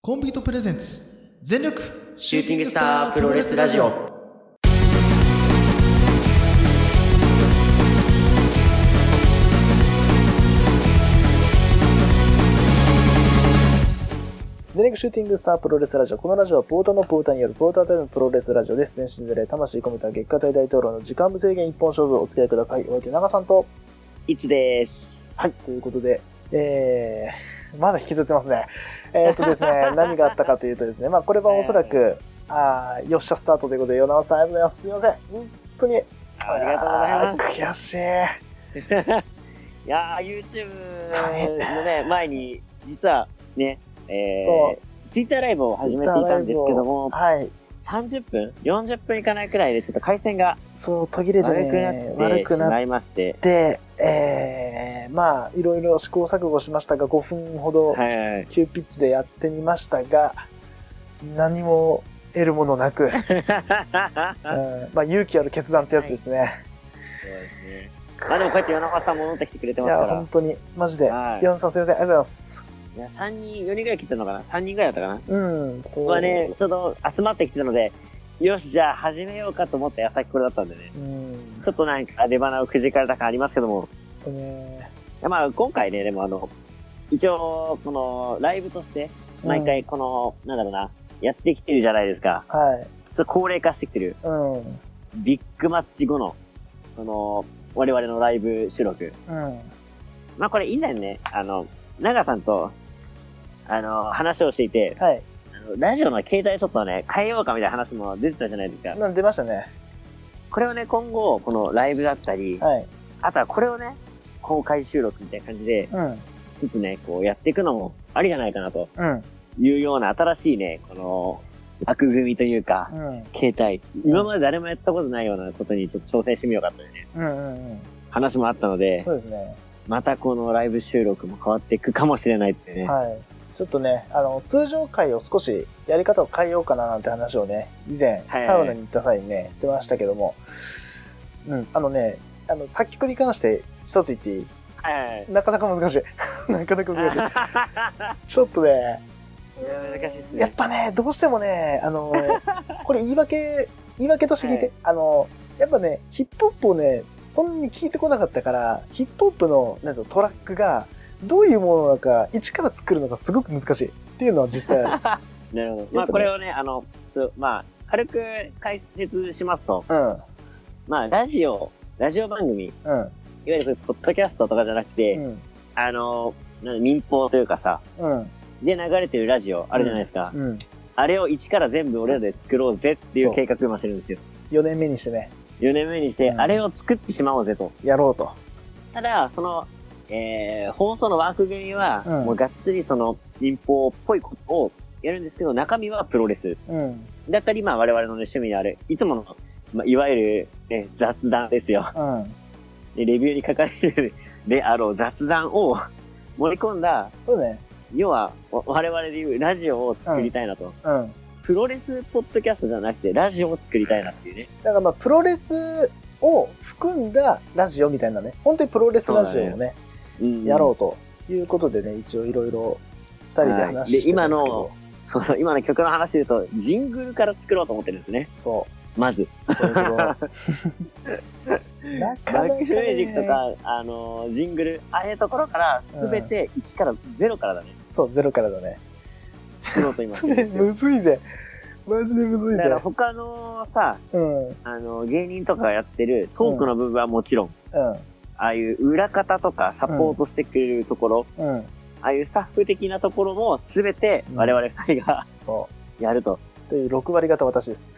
コンビートプレゼンツ全力シューティングスタープロレスラジオ。全力シューティングスタープロレスラジオ。このラジオはポーターのポーターによるポータータイムプロレスラジオです。全身で魂込めた月下大大統領の時間無制限一本勝負お付き合いください。お相手長さんと。いつです。はい、ということで、えー、まだ引きずってますね。えーっと ですね、何があったかというとですね、まあこれはおそらく、あーよっしゃスタートということで、与長さんありがとうございます。すいません。本当に。ありがとうございまます。す。悔しい。 いやー、YouTube のね、前に、実はね、えそー、Twitter ライブを始めていたんですけども、はい。 30分 ?40 分いかないくらいで、ちょっと回線がそう、途切れて悪くなっね、悪てしくなっまいまして、で、えー、まあ、いろいろ試行錯誤しましたが、5分ほどはいはい はい。急ピッチでやってみましたが、何も得るもの なく、うんまあ、勇気ある決断ってやつですね。そうですね。まあでもこうやって夜中さん戻ってきてくれてい、ますや、から本、当に、マジで。はいヨンさんすいません、ありがとうございます。いや3人、4人ぐらい来てたのかな ?3 人ぐらいだったかなうん、そう。僕はね、ちょうど集まってきてたので、よし、じゃあ始めようかと思った矢先これだったんでね。うん、ちょっとなんか出花をくじかれた感ありますけども、ほんとね。いやまあ今回ね、でもあの、一応、この、ライブとして、毎回この、なんだろうな、やってきてるじゃないですか。うん。はい。ちょっと高齢化してきてる。うん。ビッグマッチ後の、その、我々のライブ収録。うん。まあこれ以前ね、あの、長さんと、あの、話をしていて、はい。あのラジオの携帯ちょっとね、変えようかみたいな話も出てたじゃないですか。なん出ましたね。これをね、今後、このライブだったり、はい。あとはこれをね、公開収録みたいな感じで、うん。一つね、こうやっていくのもありじゃないかなと。うん。いうような新しいね、この、枠組みというかう、ん。携帯。今まで誰もやったことないようなことにちょっと挑戦してみようかというね、うん。うん。うん。話もあったので、そうですね。またこのライブ収録も変わっていくかもしれないっていうね。はい。ちょっとね、あの、通常回を少しやり方を変えようかななんて話をね、以前、はいサウナに行った際にね、してましたけども、うん、あのね、あの、作曲に関して一つ言っていいはい。なかなか難しい。 なかなか難しい。ちょっとね、難しいですやっね。ぱね、どうしてもね、あ の、これ言い訳、言い訳として聞いて、はいあの、やっぱね、ヒップホップをね、そんなに聞いてこなかったから、ヒップホップのなんかトラックが、どういうものなのか、一から作るのがすごく難しいっていうのは実際ある。なるほど。まあこれをね、あの、ちょまあ、軽く解説します と、うん。まあラジオ、ラジオ番組、いわうん。ゆるこれポッドキャストとかじゃなくて、うん。あの、なん民放というかさ、うん。で流れてるラジオあるじゃないですか。うん。あれを一から全部俺らで作ろうぜっていう計画を今してるんですよ。 4年目にしてね、 4年目にして、うんあれを作ってしまおうぜと。やろうと。ただ、その、えー、放送の枠組みは、うんもうがっつりその、民放っぽいことをやるんですけど、中身はプロレス。うん。だったり、まあ我々の、ね、趣味のある、いつもの、まあ、いわゆる、ね、雑談ですよ。うん。でレビューに書かれるであろう雑談を盛り込んだ、そうね。要は、わ我々でいうラジオを作りたいなと。うん。プロレスポッドキャストじゃなくて、ラジオを作りたいなっていうね。だからまあ、プロレスを含んだラジオみたいなね、本当にプロレスラジオをね、うんやろうということでね、一応いろいろ2人で話してたんですけど、はいそうそう、今の曲の話で言うと、ジングルから作ろうと思ってるんですね。そまず。う、そういうこと。なかなバか、ックミュージックとね、か、あのージングル、ああいうところから、すべて1から0からだね。そう、ゼロからだね。作ろうと今してるんねです よ。むずいぜ。マジでむずいだぜから。他のさ、うん、うん、あの芸人とかがやってるトークの部分はもちろん、ああいう裏方とかサポートしてくれるところ、うん、ああいうスタッフ的なところもすべて我々2人がそやると。う。という6割方私です。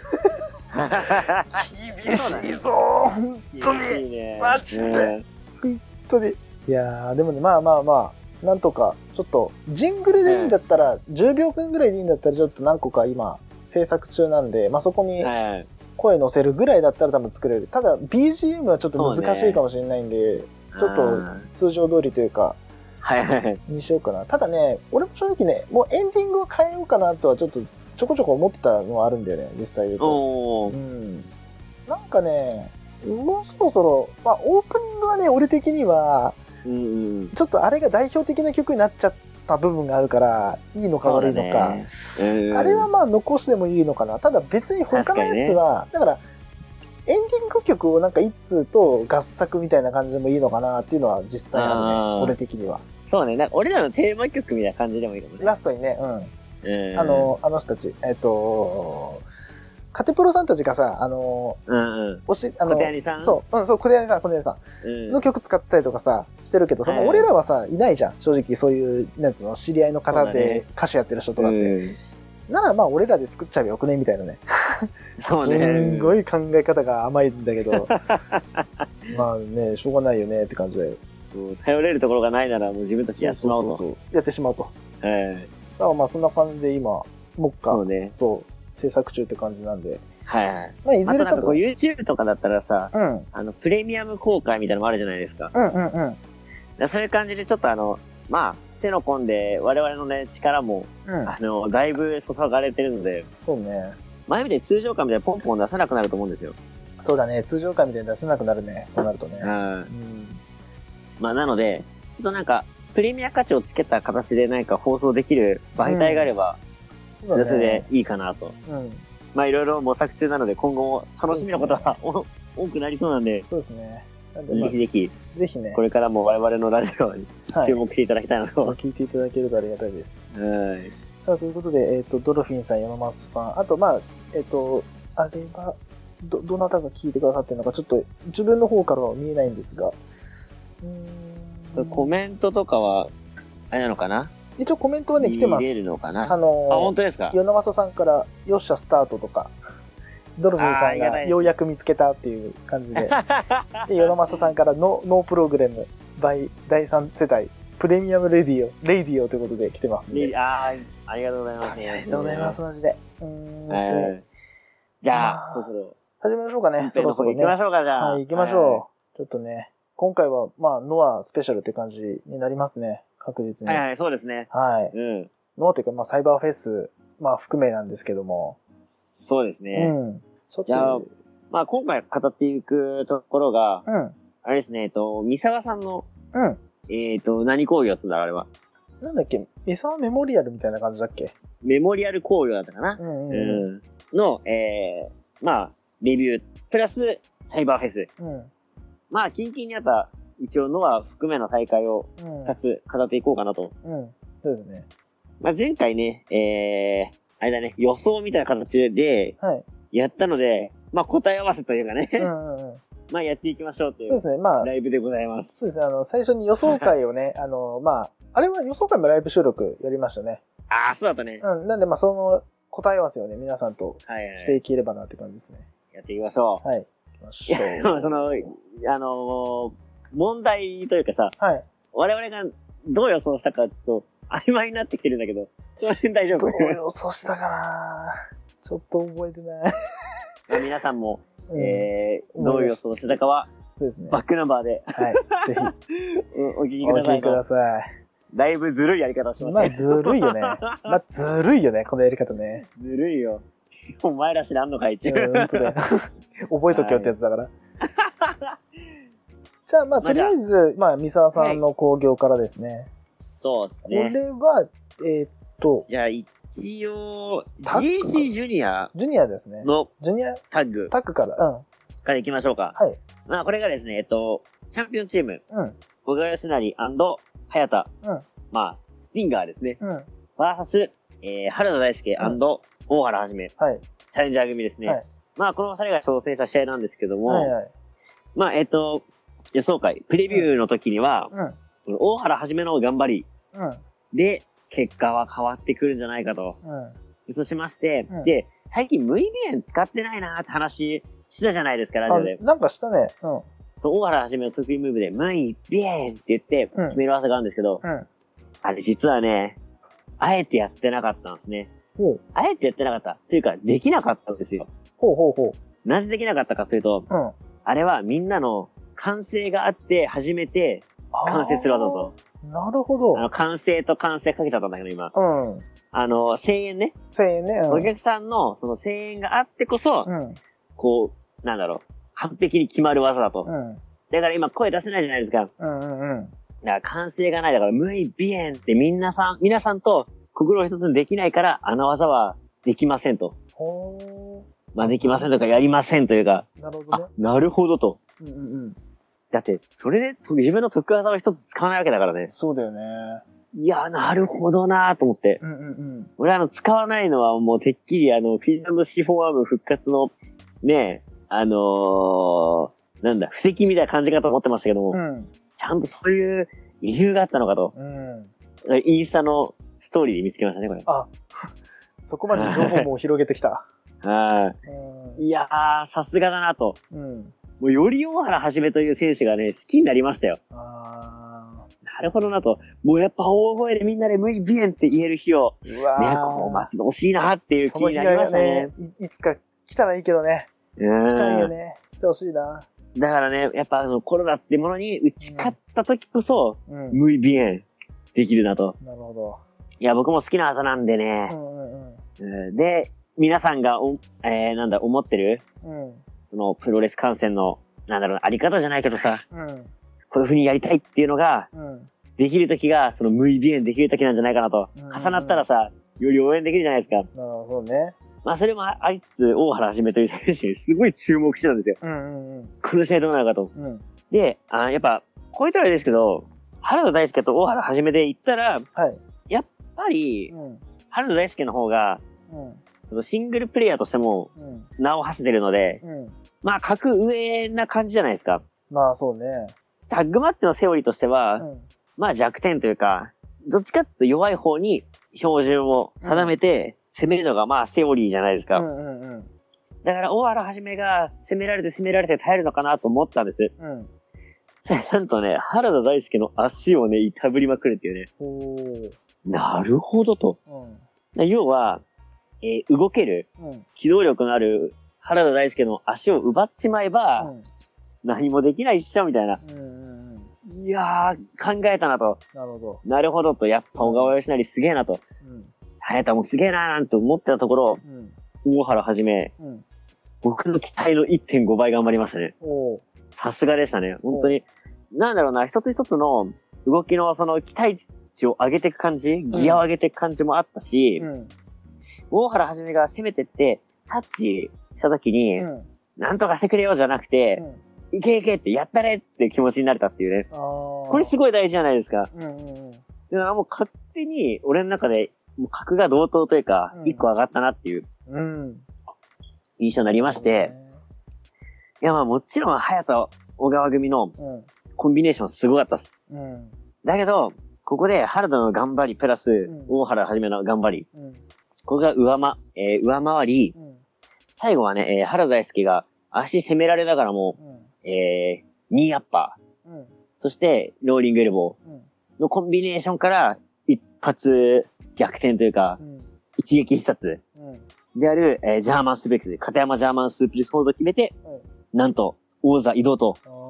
厳しいぞ、本当に。いいねマジでうん本当にいやーでもねまあまあまあなんとかちょっとジングルでいいんだったら、10秒間ぐらいでいいんだったらちょっと何個か今制作中なんで、まあ、そこにはい声乗せるぐらいだったら多分作れるただ BGM はちょっと難しいかもしれないんで、ちょっとうん通常通りというかはいはいはい。にしようかなただね俺も正直ねもうエンディングを変えようかなとはちょっとちょこちょこ思ってたのはあるんだよね実際言うとおうーんなんかねもうそろそろ、まあ、オープニングはね俺的にはうんうん。ちょっとあれが代表的な曲になっちゃっった部分があるから、いいのか悪いのか。そうだねうんあれはまあ残してもいいのかな。ただ別に他のやつは、だから、エンディング曲をなんか一通と合作みたいな感じでもいいのかなっていうのは実際あるあーね、俺的には。そうね。なんか俺らのテーマ曲みたいな感じでもいいかもね。ラストにね、ううんん。あ、の、あの人たち、えっ、と、カテプロさんたちがさ、あの、うんうん。おし、あの小手、谷さんそう、うん、そう、小手谷さん、小手谷さうんんの曲使ったりとかさ、してるけど、そはのい俺らはさ、いないじゃん。正直、そういう、なんつうの、知り合いのそう方だねで歌手やってる人とかって。うんならまあ俺らで作っちゃえばよくねみたいなね。そうね。すんごい考え方が甘いんだけ ど。まあね、しょうがないよねって感じで。うん頼れるところがないならもう自分たちやってしまおうと。そうやってしまうと。うんだからまあそんな感じで今、目そ下う、ね。そう、制作中って感じなんで。はいはい。まあいずあれとなん多かこう分。 YouTube とかだったらさ、うん、うんあの、プレミアム公開みたいなのもあるじゃないですか。だかうんうん。らそういう感じでちょっとあの、まあ、手の込んで我々のね、力も、うん、あの、だいぶ注がれてるので、そうね。前みたいに通常感みたいなポンポン出さなくなると思うんですよ。そうだね、通常感みたいに出せなくなるね、となるとねう。ん。うん、まあ、なので、ちょっとなんか、プレミア価値をつけた形で何か放送できる媒体があれば、そそうれだでね。いいかなと。うん、まあ、いろいろ模索中なので、今後も楽しみなことは、お多くなりそうなんで、そうですね。なんで、まぜあひぜひ、ぜひねこ、れからも我々のラジオにはい注。目していただきたいなそうと。聞いていただけるとありがたいです。はい。さあ、ということで、えっ、と、ドルフィンさん、山マスさん、あと、まあ、えっ、と、あれは、ど、どなたが聞いてくださってるのか、ちょっと、自分の方からは見えないんですが、うーんコメントとかは、あれなのかな一応コメントはね、来てます見。れるのかなああ、本の当ですかー、ヨナマサさんから、よっしゃ、スタートとか、ドルフィンあーあさんりがたがいですようやく見つけたっていう感じで、でヨナマサさんからノ、ノープログラム、by 第3世代、プレミアムレディオ、レディオということで来てますんで。あーありがとうございます。ありがとうございます、マジで。うーんとねはい。じゃあ、そろそろ、始めましょうかね本。そ編ろのそ方ろね。行きましょうか、じゃあ。はい、行きましょう。ちょっとね、今回は、まあ、ノアスペシャルって感じになりますね。確実に。はいはい。はい、そうですね。うん。ノアというか、まあ、サイバーフェス、まあ、含めなんですけども。そうですね。うん。ちょっじゃあと、まあ今回語っていくところが、うん。あれですね、えっと、三沢さんの、うん。えっと、何工業だったんだろう、あれは。なんだっけ、ミサワメモリアルみたいな感じだっけメモリアル工業だったかなう。んう。うんうんの、えー、まあ、レビュー、プラス、サイバーフェス。ん。うん。まあ、近々にあった、一応、ノア含めの大会をうん2。つ語っていこうかなと。うん。そうですね。まあ、前回ね、えー、あれだね、予想みたいな形ではい。やったので、まあ、答え合わせというかね、うんうんうん。 まあ、やっていきましょうとそいうでうすね。まあ、ライブでございます。そうですね。あの、最初に予想会をね、あの、まあ、あれは予想会もライブ収録やりましたね。ああ、そうだったね。うん。なんで、まあ、その答え合わせをね、皆さんとはいはい、していければなって感じですね。やっていきましょう。はい。行きましょいや、でう。もその、あのー問題というかさ、はい。我々がどう予想したかちょっと曖昧になってきてるんだけど、その辺大丈ど夫う予想したかなちょっと覚えて ない。皆さんも、うんえー、思どうい予出した想してたかは、そうですね。バックナンバーではい。ぜひ、おお 聞きおくださ聞いきくだと。さだいぶずるいやり方をしい。ままあ、 したずね。るいよね。まあ、ずるいよね、このやり方ね。ずるいよ。お前ら知らんのかいってういん、う。本当だよ 覚えとけよってやつだから。じゃあ、まあ、まあとりあえず、まあ、三沢さんの興行からですね。そうですこね。れは、えーっと、じゃあ一応、タッグ GC ジュニアジュニアですね。のジュニアタッグタックから。うん。からいきましょうか。はい。まあこれがですね、えっと、チャンピオンチーム、うん。小川義成早田、うんまあ、スティンガーですね。うん。バーサス、えー、原田大輔大原はじめ、チはい。ャレンジャー組ですね。はいまあ、この二人が挑戦した試合なんですけども、はいはい。まあ、えっ、と、予想会、プレビューの時には、うん。この大原はじめの頑張りうん。で、結果は変わってくるんじゃないかと、うん。予想しまして、うんで、最近、無意味使ってないなーって話してたじゃないですか、ラジオで。あなんかしたね。うん。うん。そう大原はじめの得意ムーブで、無意味って言って、うん決める技があるんですけど、あれ実はね、あえてやってなかったんですね。ほう。あえてやってなかった。というか、できなかったんですよ。ほうほうほなぜできなかったかというと、う。うん。あれはみんなの完成があって初めて完成する技と。あー。なるほあの、完成と完成かけちゃったんだけど、今。ど。うん。あの、声援ね。 1000円ね。お客さんのその声援があってこそう、ん。うん。こう、なんだろう。完璧に決まる技だとう。ん。だから今声出せないじゃないですか。うん。うん。だから完成がない。だから、無いビエンってみんなさん、皆さんと心を一つにできないから、あの技はできませんと。ほまあ、できませんとか、やりませんというか、ー。なるほどねあ。、なるほどと。うんうんうん。だって、それでと自分の得意技を一つ使わないわけだからね。そうだよね。いや、なるほどなと思って。うんうんうん。俺、あの、使わないのはもうてっきり、あの、フィンランドシフォーアーム復活の、ねえ、あのー、なんだ、布石みたいな感じかと思ってましたけども、うん。ちゃんとそういう理由があったのかと、うん。インスタのストーリーで見つけましたね、これ。あ、そこまで情報も広げてき た。はうい。いやー、さすがだなと。ん。うん。もう、より大原はじめという選手がね、好きになりましたよ。あなるほどなと。もうやっぱ大声でみんなで無理ビエンって言える日を、ー。うわー。ね、こう待ち遠しいなっていう気そのに日なりまがしたねね。、いいつか来たらいいけどね。来たいようん。ね。来てほしいな。だからね、やっぱあのコロナってものに打ち勝った時こそ、うん。無意鼻炎できるなと。なるほいや、僕も好きな技なんでねど。う。んうんうんで、皆さんがお、えー、なんだ、思ってる、うん。うん。そのプロレス観戦の、なんだろうな、あり方じゃないけどさ、うん。こういう風にやりたいっていうのが、うん。できる時が、その無意鼻炎できる時なんじゃないかなと。うん重なったらさ、より応援できるじゃないですか。なるほどね。まあ、それもありつつ、大原はじめという選手に すごい注目してたんですよ。うんうんこの試合どうなるかと。うん。うん。で、あやっぱ、こういったらあれですけど、原田大輔と大原はじめで行ったら、やっはい。ぱりう、ん。原田大輔の方が、うん。そのシングルプレイヤーとしてもうん。名を馳せてるので、うん。まあ、格上な感じじゃないですか。まあそうね。タッグマッチのセオリーとしてうは、ん。まあ弱点というか、どっちかっていうと弱い方に標準を定めて攻めるのがまあセオリーじゃないですうか。んうんうん。だから大原はじめが攻められて攻められて耐えるのかなと思ったんです。うん。それ なんとね、原田大輔の足をね、いたぶりまくるっていうね。おー。なるほどと。うん。で要は、えー動ける、うん。機動力のある原田大輔の足を奪っちまえば、うん。何もできないっしょ、みたいな。うんうんうん。いやー、考えたなと。なるほど。なるほどと。やっぱ小川義成すげえなと。うん。早田もすげえなーなんて思ってたところ、うん。大原はじめ、うん。僕の期待の1.5倍頑張りましたね。おー。さすがでしたね。本当に。なんだろうな、一つ一つの動きのその期待値を上げていく感じ、ギアを上げていく感じもあったしう、ん。大原はじめが攻めてって、タッチした時うに、ん。なんとかしてくれよじゃなくうて、ん。いけいけってやったれって気持ちになれたっていうね。あー。これすごい大事じゃないですか。うんうんうん。でももう勝手に俺の中で、もう格が同等というかう、ん一個上がったなっていううん。印象になりまして、いやまあもちろん、早田、小川組のうん。コンビネーションすごかったっす。うん。だけど、ここで原田の頑張り、プラスん、大原はじめの頑張り、うん。ここが上ま、えー上回り、うん。最後はね、えー原田大輔が足攻められながらも、うん。えー、ニーアッパー、うん。そしてローリングエルボうん。ーのコンビネーションから、一発逆転というかう、ん。一撃必殺。うん。である、えージャーマンスープレックス、片山ジャーマンスープレックスホールドを決めて、なんと、王座移動と、あー。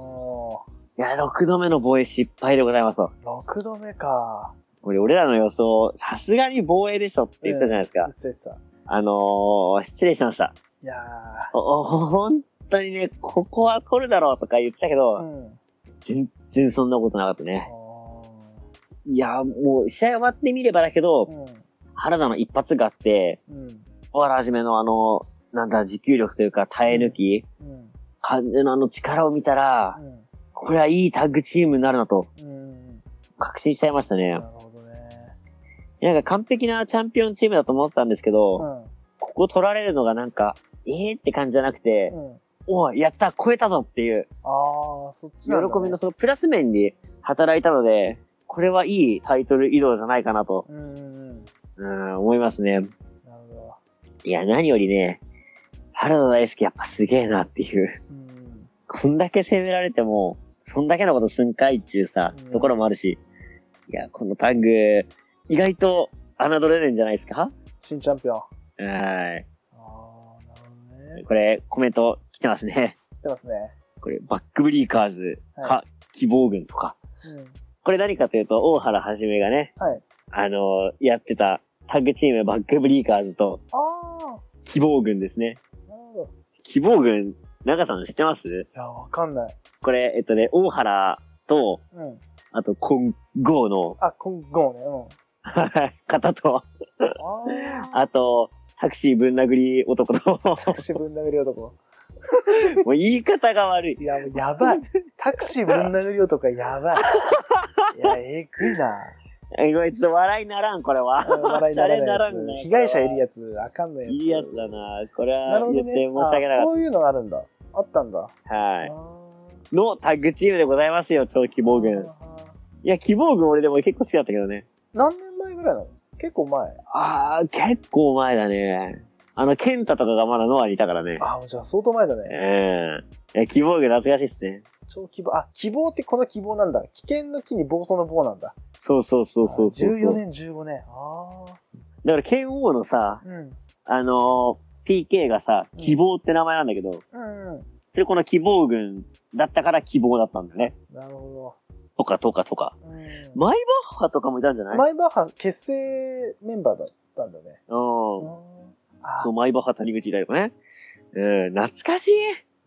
いや、6度目の防衛失敗でございますと。 6度目か。これ、俺らの予想、さすがに防衛でしょって言ってたじゃないですか。うっせっさ。あのー、失礼しました。いやお、お本当にね、ここは取るだろうとか言ってたけど、ー。うん。全然そんなことなかったあね。ーいや、もう、試合終わってみればだけど、原田の一発があって、うん。うん。小原はじめのあの、なんだ、持久力というか耐え抜き、うん。感じのあの力を見たら、うん。これはいいタッグチームになるなとうん。確信しちゃいましたねなる。ほどね。なんか完璧なチャンピオンチームだと思ってたんですけど、ここ取られるのがなんか、えーって感じじゃなくてう、ん。うん。おい、やった超えたぞっていう、あー、そっち喜なんだ、ね。びのそのプラス面に働いたので、これはいいタイトル移動じゃないかなと、うんうんうん。うん、思いますなね。るほど。いや、何よりね、原田大輔やっぱすげえなっていう。うん。こんだけ攻められても、そんだけのことすんかいっちゅうさうん、ところもあるし。いや、このタッグ、意外と侮れるんじゃないですか新チャンピオン。あはい。ー、なるほどね。これ、コメント来てますね。出ますね。これ、バックブリーカーズか、は希望軍とか。うん。これ何かというと、大原はじめがね、はい。あのやってたタッグチームバックブリーカーズとあー、な希望軍ですね。るほど。希望軍、長さん知ってますいや、わかんない。これ、えっとね、大原と、うん。あと、今後の、 あ、今後ね、うん。はい方と、ああと、タクシーぶん殴り男 と、あ、タクシーぶん殴り男。もう言い方が悪い。いや、もうやば い。タクシーぶん殴り男やばい。いや、えぐいな。えこれちょっと笑いならん、これは。うん笑いなら ない誰ならんやつ。ね被害者いるやつ、あかんのやつ。いいやつだな。これなるほはど言って申しね。訳なあかっそういうのがあるんだ。あったんだ。た。はい。い。のタッグチームでございますよ、超希望軍。いや、希望軍俺でも結構好きだったけどね。何年前ぐらいなの結構前。あー、結構前だね。あの、ケンタとかがまだノアにいたからね。あ、じゃあ相当前だね。ええいや希望軍懐かしいっすね。超希望。あ、希望ってこの希望なんだ。危険の木に暴走の棒なんだ。そうそうそうそうそうそう。 14年、15年。ああ。だから、剣王のさ、うん。あのー PK がさ、うん希望って名前なんだけど、うんうそれこの希望軍だったから希望だったんだね。ん。なるほとかとかとか。ど。うん。マイバッハとかもいたんじゃないマイバーハ結成メンバーだったんだね。うん。あそあ、う、マイバッハ谷口だよね。うん、懐かしい。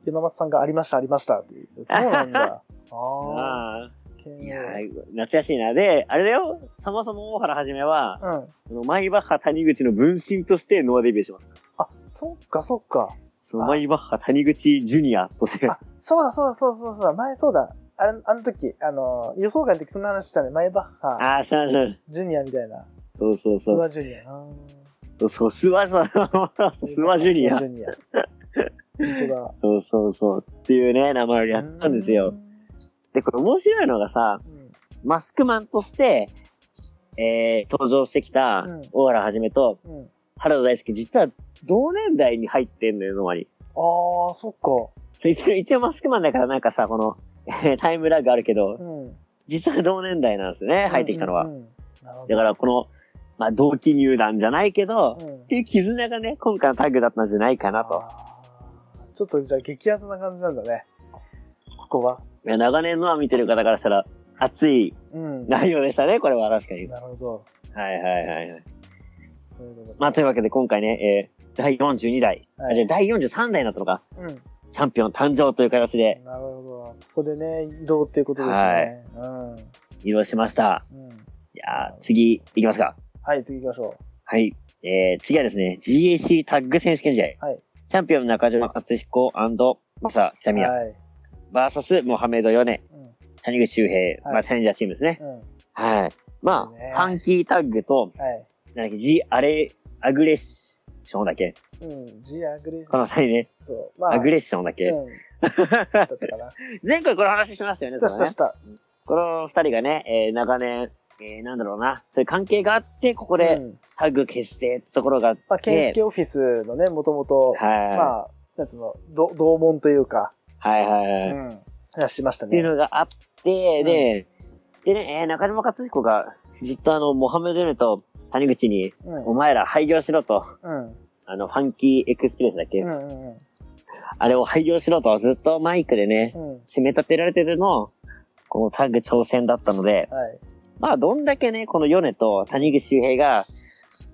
米松さんがありました、ありましたっていう。そうなん だ。ああ。ああ。剣いやー懐かしいな。で、あれだよ。そもそも大原はじめは、王うん。そのマイバッハ谷口の分身としてノアデビューします。あ、そっか、そっか。そのあマイバッハ谷口ジュニアとして。あ、そうだ、そうだ、そうだ、そうだ、前そうだ。あれ、あの時、あの、予想外の時そんな話したね。マイバッハ、ああ、しましまジュニアみたいな。そうそうスそう。ワジュニア。あそうそう、スワ、そうースワジ ュニアス。ワジュニア。本当だ。そうそうそう。っていうね、名前 をやったんですよ。で、これ面白いのがさ、うん。マスクマンとして、えー、登場してきたうん、大原はじめと、うん。うん。原田大輔、実は同年代に入ってんのよ、ノアに。ああ、そっか。そう一応、一応マスクマンだからなんかさ、この、 えータイムラグあるけど、うん。実は同年代なんですね、入ってきたのは。うんうんうん。なるほど。だからこの、まあ、同期入団じゃないけど、うんっていう絆がね、今回のタッグだったんじゃないかなと。あーちょっとじゃあ激アツな感じなんだね。ここは。いや長年のは見てる方からしたら、熱いうん。な内容でしたね、これは確かに。るほど。はいはいはいはい。そういうことまあ、というわけで今回ね、えー第42代、はあじゃあい。第43代になったのか、うん。チャンピオン誕生という形でなるほど。ここでね、移動っていうことですね。移動しました。うん。うん。じゃあ、次、行きますか。はい、次行きましょはい。えー、次はですね、GAC タッグ選手権試合。はいチャンピオン中島克彦マサ北う。宮、はい。バーサスモハメド・ヨネ、うん。谷口周平、はいまあ、チャレンジャーチームですね。うん。はい。まそうねあ、ファンキータッグと、はい。なんだっけ、ジ・アレ、アグレッションだっけうん。ジアグレッシこョのン。際ね、そう。まアグッレッションだっけ、うん。だったかな。 前回この話しましたよね、したそしたのねした。この二人がね、えー長年、えーなんだろうな、そういう関係があって、ここうでんタッグ結成ってところがあって、まあ、ケンスケオフィスのね、もともと、はい、まあ、なんつうの、ど同門というか、はいはいはい。うっん。話しましたていうね。のがあって、で、でね、えー中島克彦がずっとあの、モハメド・ヨネと谷口に、うん。お前ら廃業しろと、うん。あの、ファンキーエクスプレスだっけ、うんうんあれを廃業しろと、ずっとマイクでねう、ん。うん。締め立てられてるの、このタッグ挑戦だったので、はい。まあ、どんだけね、このヨネと谷口周平が、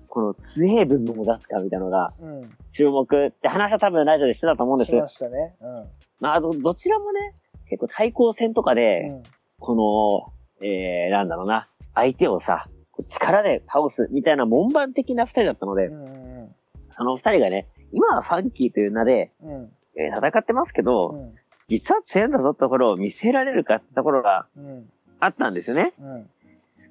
この強い部分を出すかみたいなのが、うん。注目って話は多分ラジオでしてたと思うんですしましたね。うん。まあ、あの、どちらもね、結構対抗戦とかで、うんこの、えー、なんだろうな、相手をさ、こう力で倒すみたいな門番的な二人だったのでう、んうんその二人がね、今はファンキーという名で、うんうんえー戦ってますけど、うん実は強いんだぞってところを見せられるかってところがうんあったんですよね。うん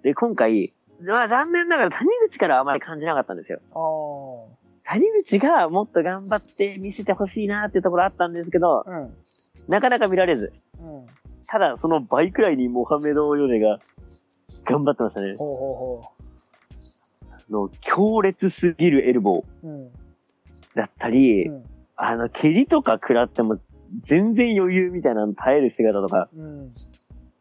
で、今回、まあ残念ながら谷口からはあまり感じなかったんですよ。あー谷口がもっと頑張って見せてほしいなっていうところあったんですけど、うんなかなか見られず。うんただ、その倍くらいにモハメド・ヨネが頑張ってましたね。ほうほあの、強烈すぎるエルボーうほううんだったり、うんあの、蹴りとか食らっても全然余裕みたいなの耐える姿とか、うん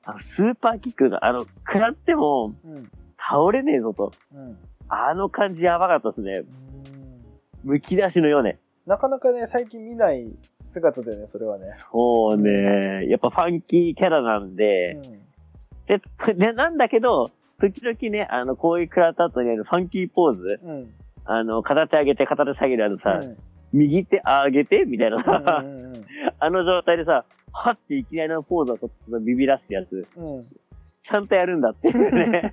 あのスーパーキックが、あの、食らってもうん倒れねえぞと。うんあの感じやばかったですね。うんむき出しのよね。なかなかね最近見ない姿でねそれはねそうね。やっぱファンキーキャラなんうで、んでとで、なんだけど、時々ね、あの、こういう食らった後にあるファンキーポーズ、うんあの、片手上げて片手下げるあのさ、うん右手上げてみたいなう さ、んうんあの状態でさ、はっていきなりのポーズをとってビビらすやつ、うんうんちゃんとやるんだってい うね。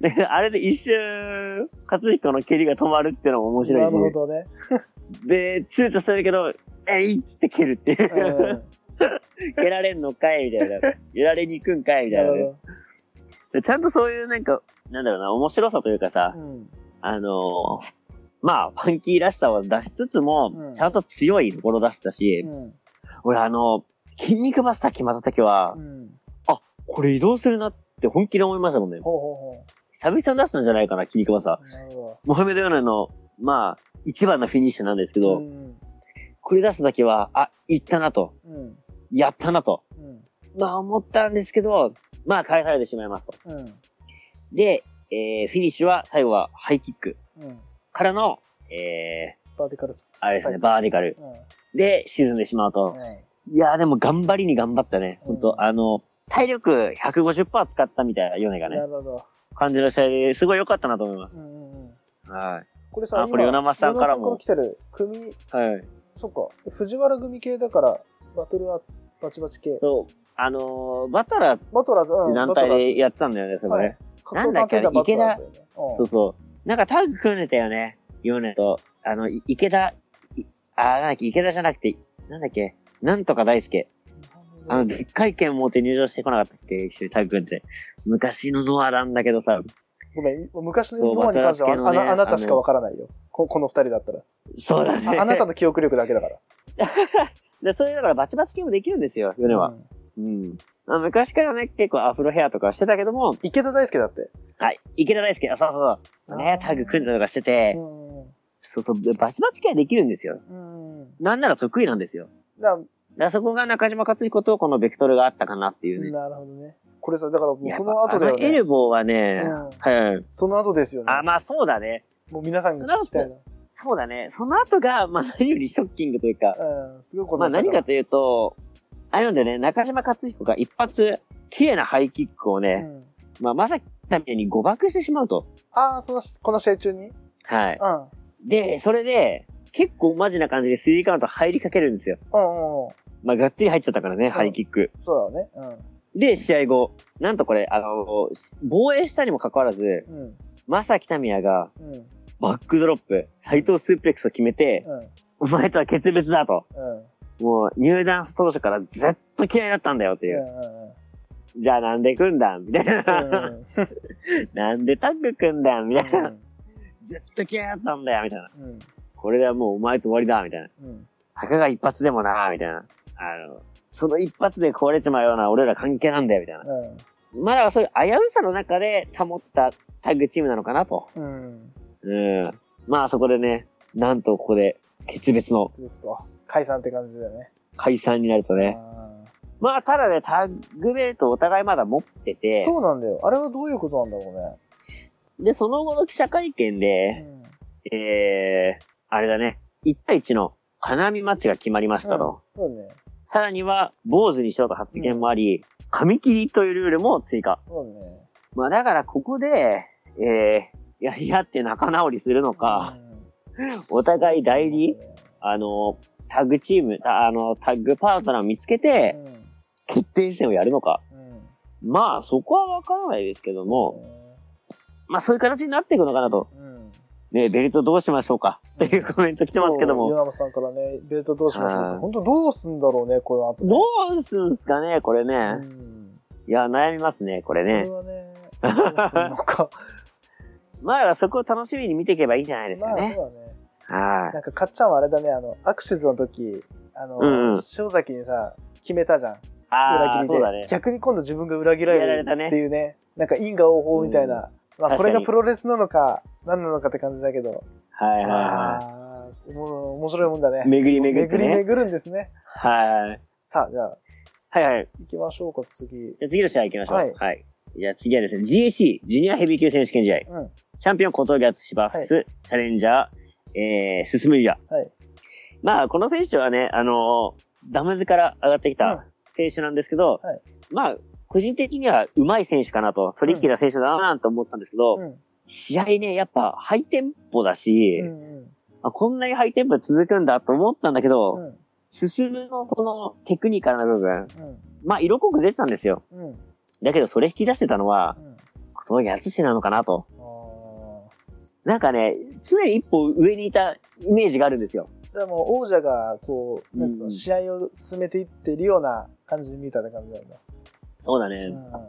であれで一瞬、勝彦の蹴りが止まるっていうのも面な白るほいし、どね。で、躊躇するけど、えいっつって蹴るっていうう。ん蹴られんのかいみたいな。やられに行くんかいみたないなね、るほでちゃんとそういうなんか、なんだろうな、面白さというかさど。う、ん。あのーまあ、ファンキーらしさを出しつつも、うんちゃんと強いところ出したし、うん俺あの、筋肉バスター決まった時はう、ん。これ移動するなって本気で思いましたもんね。ほうほ久々に出したんじゃないかな、筋肉バスターうほ。う。なるほモハメド・ヨナの、まあ、一番のフィニッシュなんですけど。ど、うん。これ出した時は、あ、いったなと、うん。やったなと、うん。まあ思ったんですけど、まあ返されてしまいますと。うん。で、えー、フィニッシュは最後はハイキックうん。からの、えー、バーティカルス。あれですね、バーディカルうん。で沈んでしまうと。はい。いやーでも頑張りに頑張ったね。うん本当あの、体力150%使ったみたいな、ヨネがねな、るほど。感じの試合ですごい良かったなと思いまうんうんうん。す。はこれさ、あこれ今与那覇さんからも与那覇さんから来てる組、い。はい。そっか、藤原組系だから、バトルアーツ、バチバチ系。そう、あのー、バトラーズバトラーズ、うってん、団体でやってたんだよね、そこね。バトラーズ、格闘家系だバトラーズだよね。うそうそう。なんかタッグ組んでたよね。ヨネと、あの、い池田、いあー、なんだっけ、池田じゃなくて、なんだっけ、なんとか大輔。んあの、でっかい剣持って入場してこなかったっけ、一緒にタッグ組んで。昔のノアなんだけどさ、ごめん、昔のそうノアに関しては、バトラーズ系のねあなあなたしかわからないよ。ここの二人だった らそうだね。あ。あなたの記憶力だけだから。 で、そういうだからバチバチ系もできるんですよ、ヨネは。うんうん。あ昔からね、結構アフロヘアとかしてたけども、池田大輔だって。はい、池田大輔、あそうそうそう。ね、タッグ組んだとかしててう、んうんそうそう、でバチバチ系できるんですよ。うん。うんなんなら得意なんですよ。だだからそこが中島克彦とこのベクトルがあったかなっていうね。なるほどね。これさ、だからもうやっそぱの後だよあのエねル。ボーはね、うんはい。その後ですよね。あ、まあそうだね。もう皆さんが聞きたいな。そうだね。その後が、まあ何よりショッキングというか、うん、すごいことまあだった何からかというと、あれなんだよね、中島克彦が一発、綺麗なハイキックをね、うんまあまさきさんみたいに誤爆してしまうと。ああ、その、この試合中にうん。はい。うんで、それで、結構マジな感じでスリーカウント入りかけるんですよ。うんうん。まあがっつり入っちゃったからね、ハイキック。そうだね。で、試合後、なんとこれ、あの、防衛したにもかかわらず、うん。うん。まさきたみやが、うん。うん。バックドロップ、斎藤スープレックスを決めて、お前とは決別だと。うん。もう入団当初からずっと嫌いだったんだよっていう。うじゃあなんで組んだみたいな。ん。 なんでタッグ組んだみたいな。うずっと嫌いだったんだよみたいな。ん。これではもうお前と終わりだみたいな。うん。たかが一発でもなみたいな。あの、その一発で壊れちまうような俺ら関係なんだよみたいな。まだそういう危うさの中で保ったタッグチームなのかなと。うん。うん。まあそこでね、なんとここで決別のですと。解散って感じだよね。解散になるとね。まあ、ただね、タッグベルトお互いまだ持ってて、そうなんだよ。あれはどういうことなんだろで、その後の記者会見うで、ね。えー、あれだね、1対1の金網マッチが決まりましたと。そうね。さらには、坊主にしようと発言もあり、紙切りというルールも追加。そうね。まあ、だからここで、えー、やり合って仲直りするのか、お互い代理、あの、タッグチーム、たあの、タッグパートナーを見つけうて、ん。決定戦をやるのか。うん。まあ、そこはわからないですけども、まあ、そういう形になっていくのかなと。うん。ね、ベルトどうしましょうかっていうコメント来てますけどヨも。ナさんからね、ベルトどうしましょうはか。い本当どうすんだろうね、この後。どうすんすかね、これうね。ん。いや、悩みますね、これこれね。はね、どうすんのか。まあ、そこを楽しみに見ていけばいいんじゃないですまかあ、そうだね。ね。はい。なんか、かっちゃんはあれだね、あの、アクシズの時、あの、うんうん塩崎にさ、決めたじゃん。裏切ああ、りそうだで、ね。逆に今度自分が裏切らやられれたねるっていうね、なんか因果応報みたいな、まあ、確こかにれがプロレスなのか、何なのかって感じだけど、はいはいあはあー、もう面白いもんだい。ね。巡り巡って巡りね。巡るんですね。はい。さあ、じゃあ、はいはい。行きましょうか、次。じゃあ次の試合行きましょ。はいうはい。じゃあ次はですね、GAC、ジュニアヘビー級選手権試合。うん。チャンピオン小峠敦史バース、チャレンジャー、えー、進むじゃ。はいまあ、この選手はね、あのーダムズから上がってきうんた選手なんですけど、はいまあ、個人的には上手い選手かなと、トリッキーな選手だなと思ってたんですけど、うん。試合ね、やっぱハイテンポだし、うん。うんあ、こんなにハイテンポ続くんだと思ったんだけうど、ん。進むのこのテクニカルな部分、うん。まあ、色濃く出てたんですよ。うん。だけどそれ引き出してたのはう、んそのやつしなのかなと。あーなんかね、常に一歩上にいたイメージがあるんですよ。でも王者がこう、なんつううのん試合を進めていってるような感じみたいな感じなんだ。そうだね。うだかん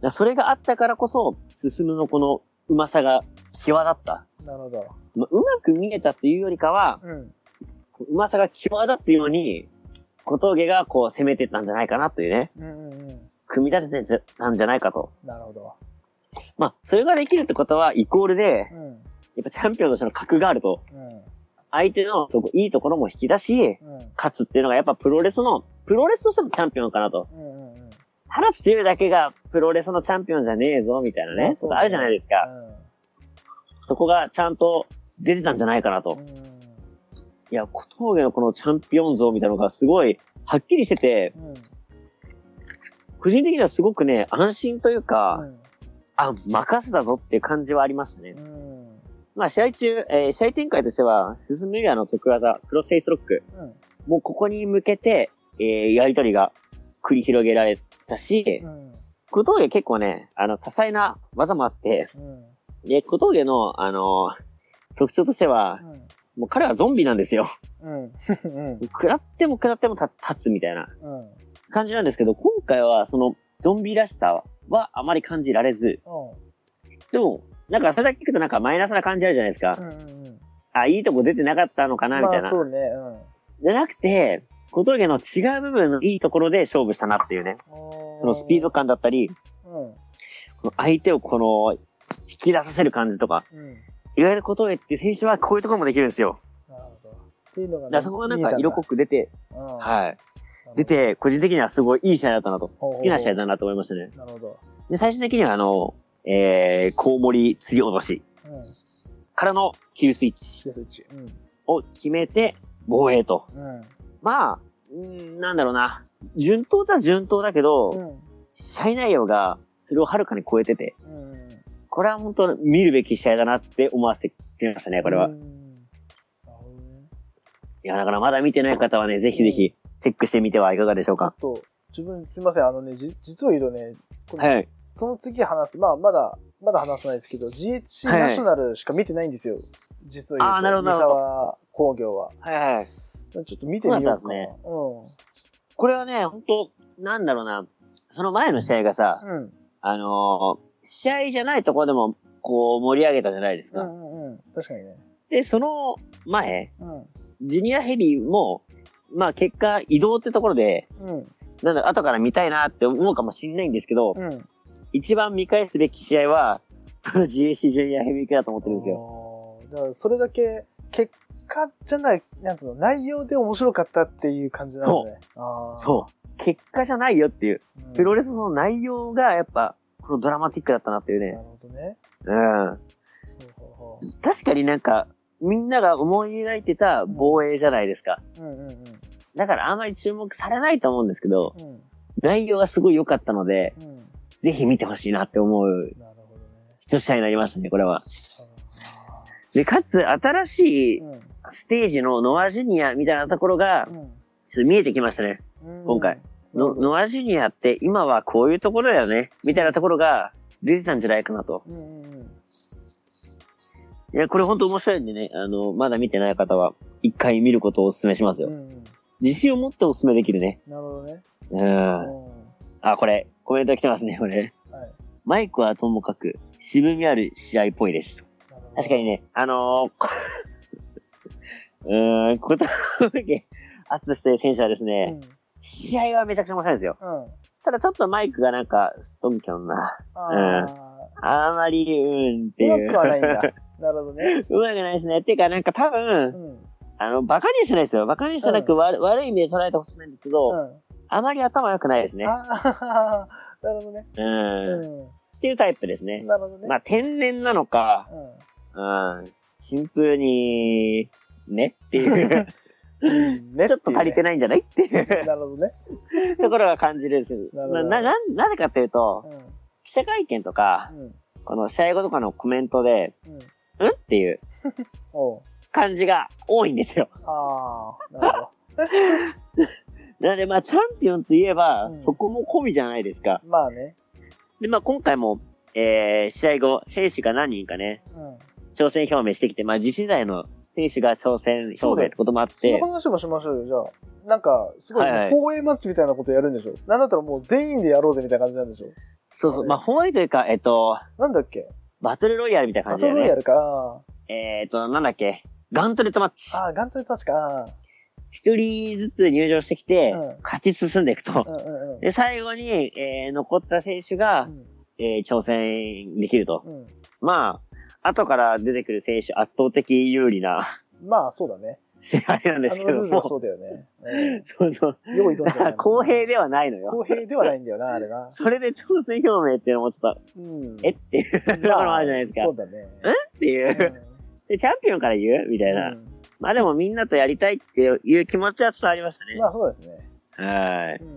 らそれがあったからこそ、進むのこのうまさが際立った。なるほど。まあうまく見えたっていうよりかは、うん。うまさが際立つように、小峠がこう攻めてったんじゃないかなというね、うんうんうん。組み立ててたんじゃないかと。なるほど。まあ、それができるってことは、イコールでう、ん。やっぱチャンピオンとしての格があると、うん。相手のとこいいところも引き出し、うん。勝つっていうのがやっぱプロレスの、プロレスとしてのチャンピオンかなと。うんうんうん。ただ強いだけがプロレスのチャンピオンじゃねえぞ、みたいなまあね、そそうこだねあるじゃないですか。そこがちゃんと出てたんじゃないかなとう。ん。うんいや、小峠のこのチャンピオン像みたいなのがすごい、はっきりしてて、うん。個人的にはすごくね、安心というか、うあ、任せたぞっていう感じはありましたね。ん。うん。まあ試合中、えー試合展開としては、スズメリアの得技、クロスフェイスロック。うん。もうここに向けて、えーやりとりが繰り広げられたしう、ん。小峠結構ね、あの、多彩な技もあって、うん。で、小峠の、あの特徴としては、もう彼はゾンビなんですよ。うん。食らっても食らっても立立つみたいなうん。うん。感じなんですけど、今回はそのゾンビらしさはあまり感じられず、でも、なんかそれだけ聞くとなんかマイナスな感じあるじゃないですか。うん。あ、いいとこ出てなかったのかな、みたいまあな。そうね。うん。じゃなくて、小峠の違う部分のいいところで勝負したなっていうね。そそのスピード。感だったり、うん。この相手をこの、引き出させる感じとか、うん。意外と小峠っていう選手はこういうところもできるんですよ。なるほど。っていうのがだね、からそこがなんか色濃く出て、ははい。出て、個人的にはすごいいい試合だったなと。ほうほう好きな試合だなと思いましたね。なるほど。で、最終的にはあの、えー、コウモリ釣り落としうん。からのキルスイッチキスイッチ。うん。を決めて、防衛と。うん。まあ、うーんなんだろうな。順当じゃ順当だけど、うん。試合内容がそれをはるかに超えてて、うん。これは本当に見るべき試合だなって思わせてくれましたね、これは。ういん。なるほどね。や、だからまだ見てない方はね、ぜひぜひチェックしてみてはいかがでしょうちょっか。と、自分、すいません、あのね、じ実を言うとね、このはい。その次話す、まあ、まだ、まだ話さないですけど、GHC はいはいナショナルしか見てないんですよ。実を言うと。あーなるほどなるほど三沢工業は。はいはい。ちょっと見てみようかな。そうだっうこれはね、本当なんだろうな。その前の試合がさ、ん。うん。あのー試合じゃないところでも、こう盛り上げたじゃないですうか。んうんうん。確かにね。で、その前、うん。ジュニアヘビーも、まあ結果移動ってところで、うん。なんだろう、後から見たいなって思うかもしんないんですけど、うん。一番見返すべき試合は、この GAC ジュニアヘビー級だと思ってるんですよ。あーだからそれだけ結果じゃない、なんつうの、内容で面白かったっていう感じなのね。そう。そう。結果じゃないよっていう。うんプロレスの内容がやっぱ、このドラマティックだったなっていうなるね。ほどね。うん。そうほうほ確かになんか、みんなが思い描いてた防衛じゃないですか。う。うんうんうん。だからあんまり注目されないと思うんですけど、うん内容がすごい良かったので、うん。ぜひ見てほしいなって思うなるほどね。一試合になりましたね、これは。あで、かつ、新しーいうんステージのノアジュニアみたいなところが、ちょっと見えてきましたね。うん今回。うんのノアジュニアって今はこういうところだよね、みたいなところが出てたんじゃないかなと。うんうんうん。いや、これ本当面白いんでね、あの、まだ見てない方は、一回見ることをお勧めしますうんよう。ん。自信を持ってお勧めできるね。なるほどね。うん。うあ、これ、コメント来てますね、これ。んはいマイクはともかく、渋みある試合っぽいです。なるほど確かにね、あのー、うーん、 ことだけ、圧として選手はですね、試合はめちゃくちゃ面白いんですよ。うん。うん。ただちょっとマイクがなんか、すっとんきょんな。ああまり、うんってー。ういう。まくはないんだ。なうるほどね。まくないですね。っていうか、なんか多う分、ん。あの、バカにしてないですよ。バカにしてなく、う悪悪い意味で捉えてほしくないんですけど、うあまり頭良くないですねん。。あー。なるほどね。うん。っうていうタイプですねん。。なるほどね。まあ、天然なのか、うんうんシンプルに、ねって いう、ねちょっと足りてなないんじゃないっていうい。なるほどね。ところが感じるんです なるほまあどなななぜかというとう、ん。記者会見とか、うん。この試合後とかのコメントで、うん。うんっていうおう。感じが多いんですよ。ああ、なるなので、まあ、チャンピオンといえば、うんそこも込みじゃないですか。まあね。で、まあ、今回も、えー、試合後、選手が何人かね、うん。挑戦表明してきて、まあ、次世代の選手が挑戦そうだよ表明ってこともあっそのて、話もしましょうよ、じゃあ。なんか、すごい、はいはい放映マッチみたいなことやるんでしょなんだったらもう全員でやろうぜみたいな感じなんでしょそうそう、まあ、本意というか、えっと、なんだっけバトルロイヤルみたいなバ感トじだルロよイヤね。ルか。えー、っと、なんだっけ、ガントレットマッチ。ああ、ガントリタッチか。一人ずつ入場してきて、うん勝ち進んでいくとう。んうんうん。で、最後に、えー、残った選手が、えー、挑戦できるとう。んうんまあ、後から出てくる選手、圧倒的有利なまあ、そうだね。試合なんあですのけルどールはも。そうだよね。うんそうそう。用意どんだじゃなからい 公平で。ではないのよ。公平ではないんだよな、あれな。それで挑戦表明っていうのもちょっうん。と、えっていうところもあるじゃないですか。そうだね。っていう。で、チャンピオンから言うみたういんな。うんまあでもみんなとやりたいっていう気持ちは伝わりましたね。まあ、そうですね。はい。うん。うん。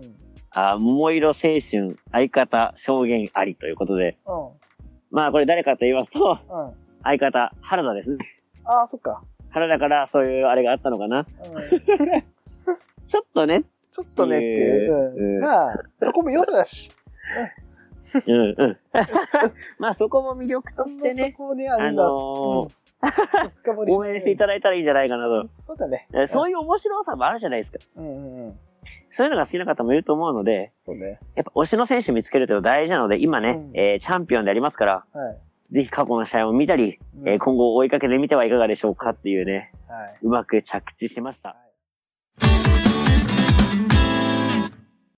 あ、桃色青春、相方、証言ありということで。まあこれ誰かと言いますと、うん。相方、原田ですね。ああ、そっか。原田からそういうあれがあったのかな。うん。ちょっとね、ちょっとねっていう。ううんん、まあ、そこも良さだし。うんうん。 まあそこも魅力としてね、そこをね、ああのー応援していだただいたらいいんじゃないかなと。そうだね。えそういいう面白さもあるじゃないですか。うん。うんうんうん。そういうのが好きな方もいると思うので、そうね。やっぱ推しの選手見つけるっていうのは大事なので、今ね、うんえーチャンピオンでありますから、はい。ぜひ過去の試合を見たり、うんえー今後を追いかけてみてはいかがでしょうかっていうね、はい。うまく着地しました。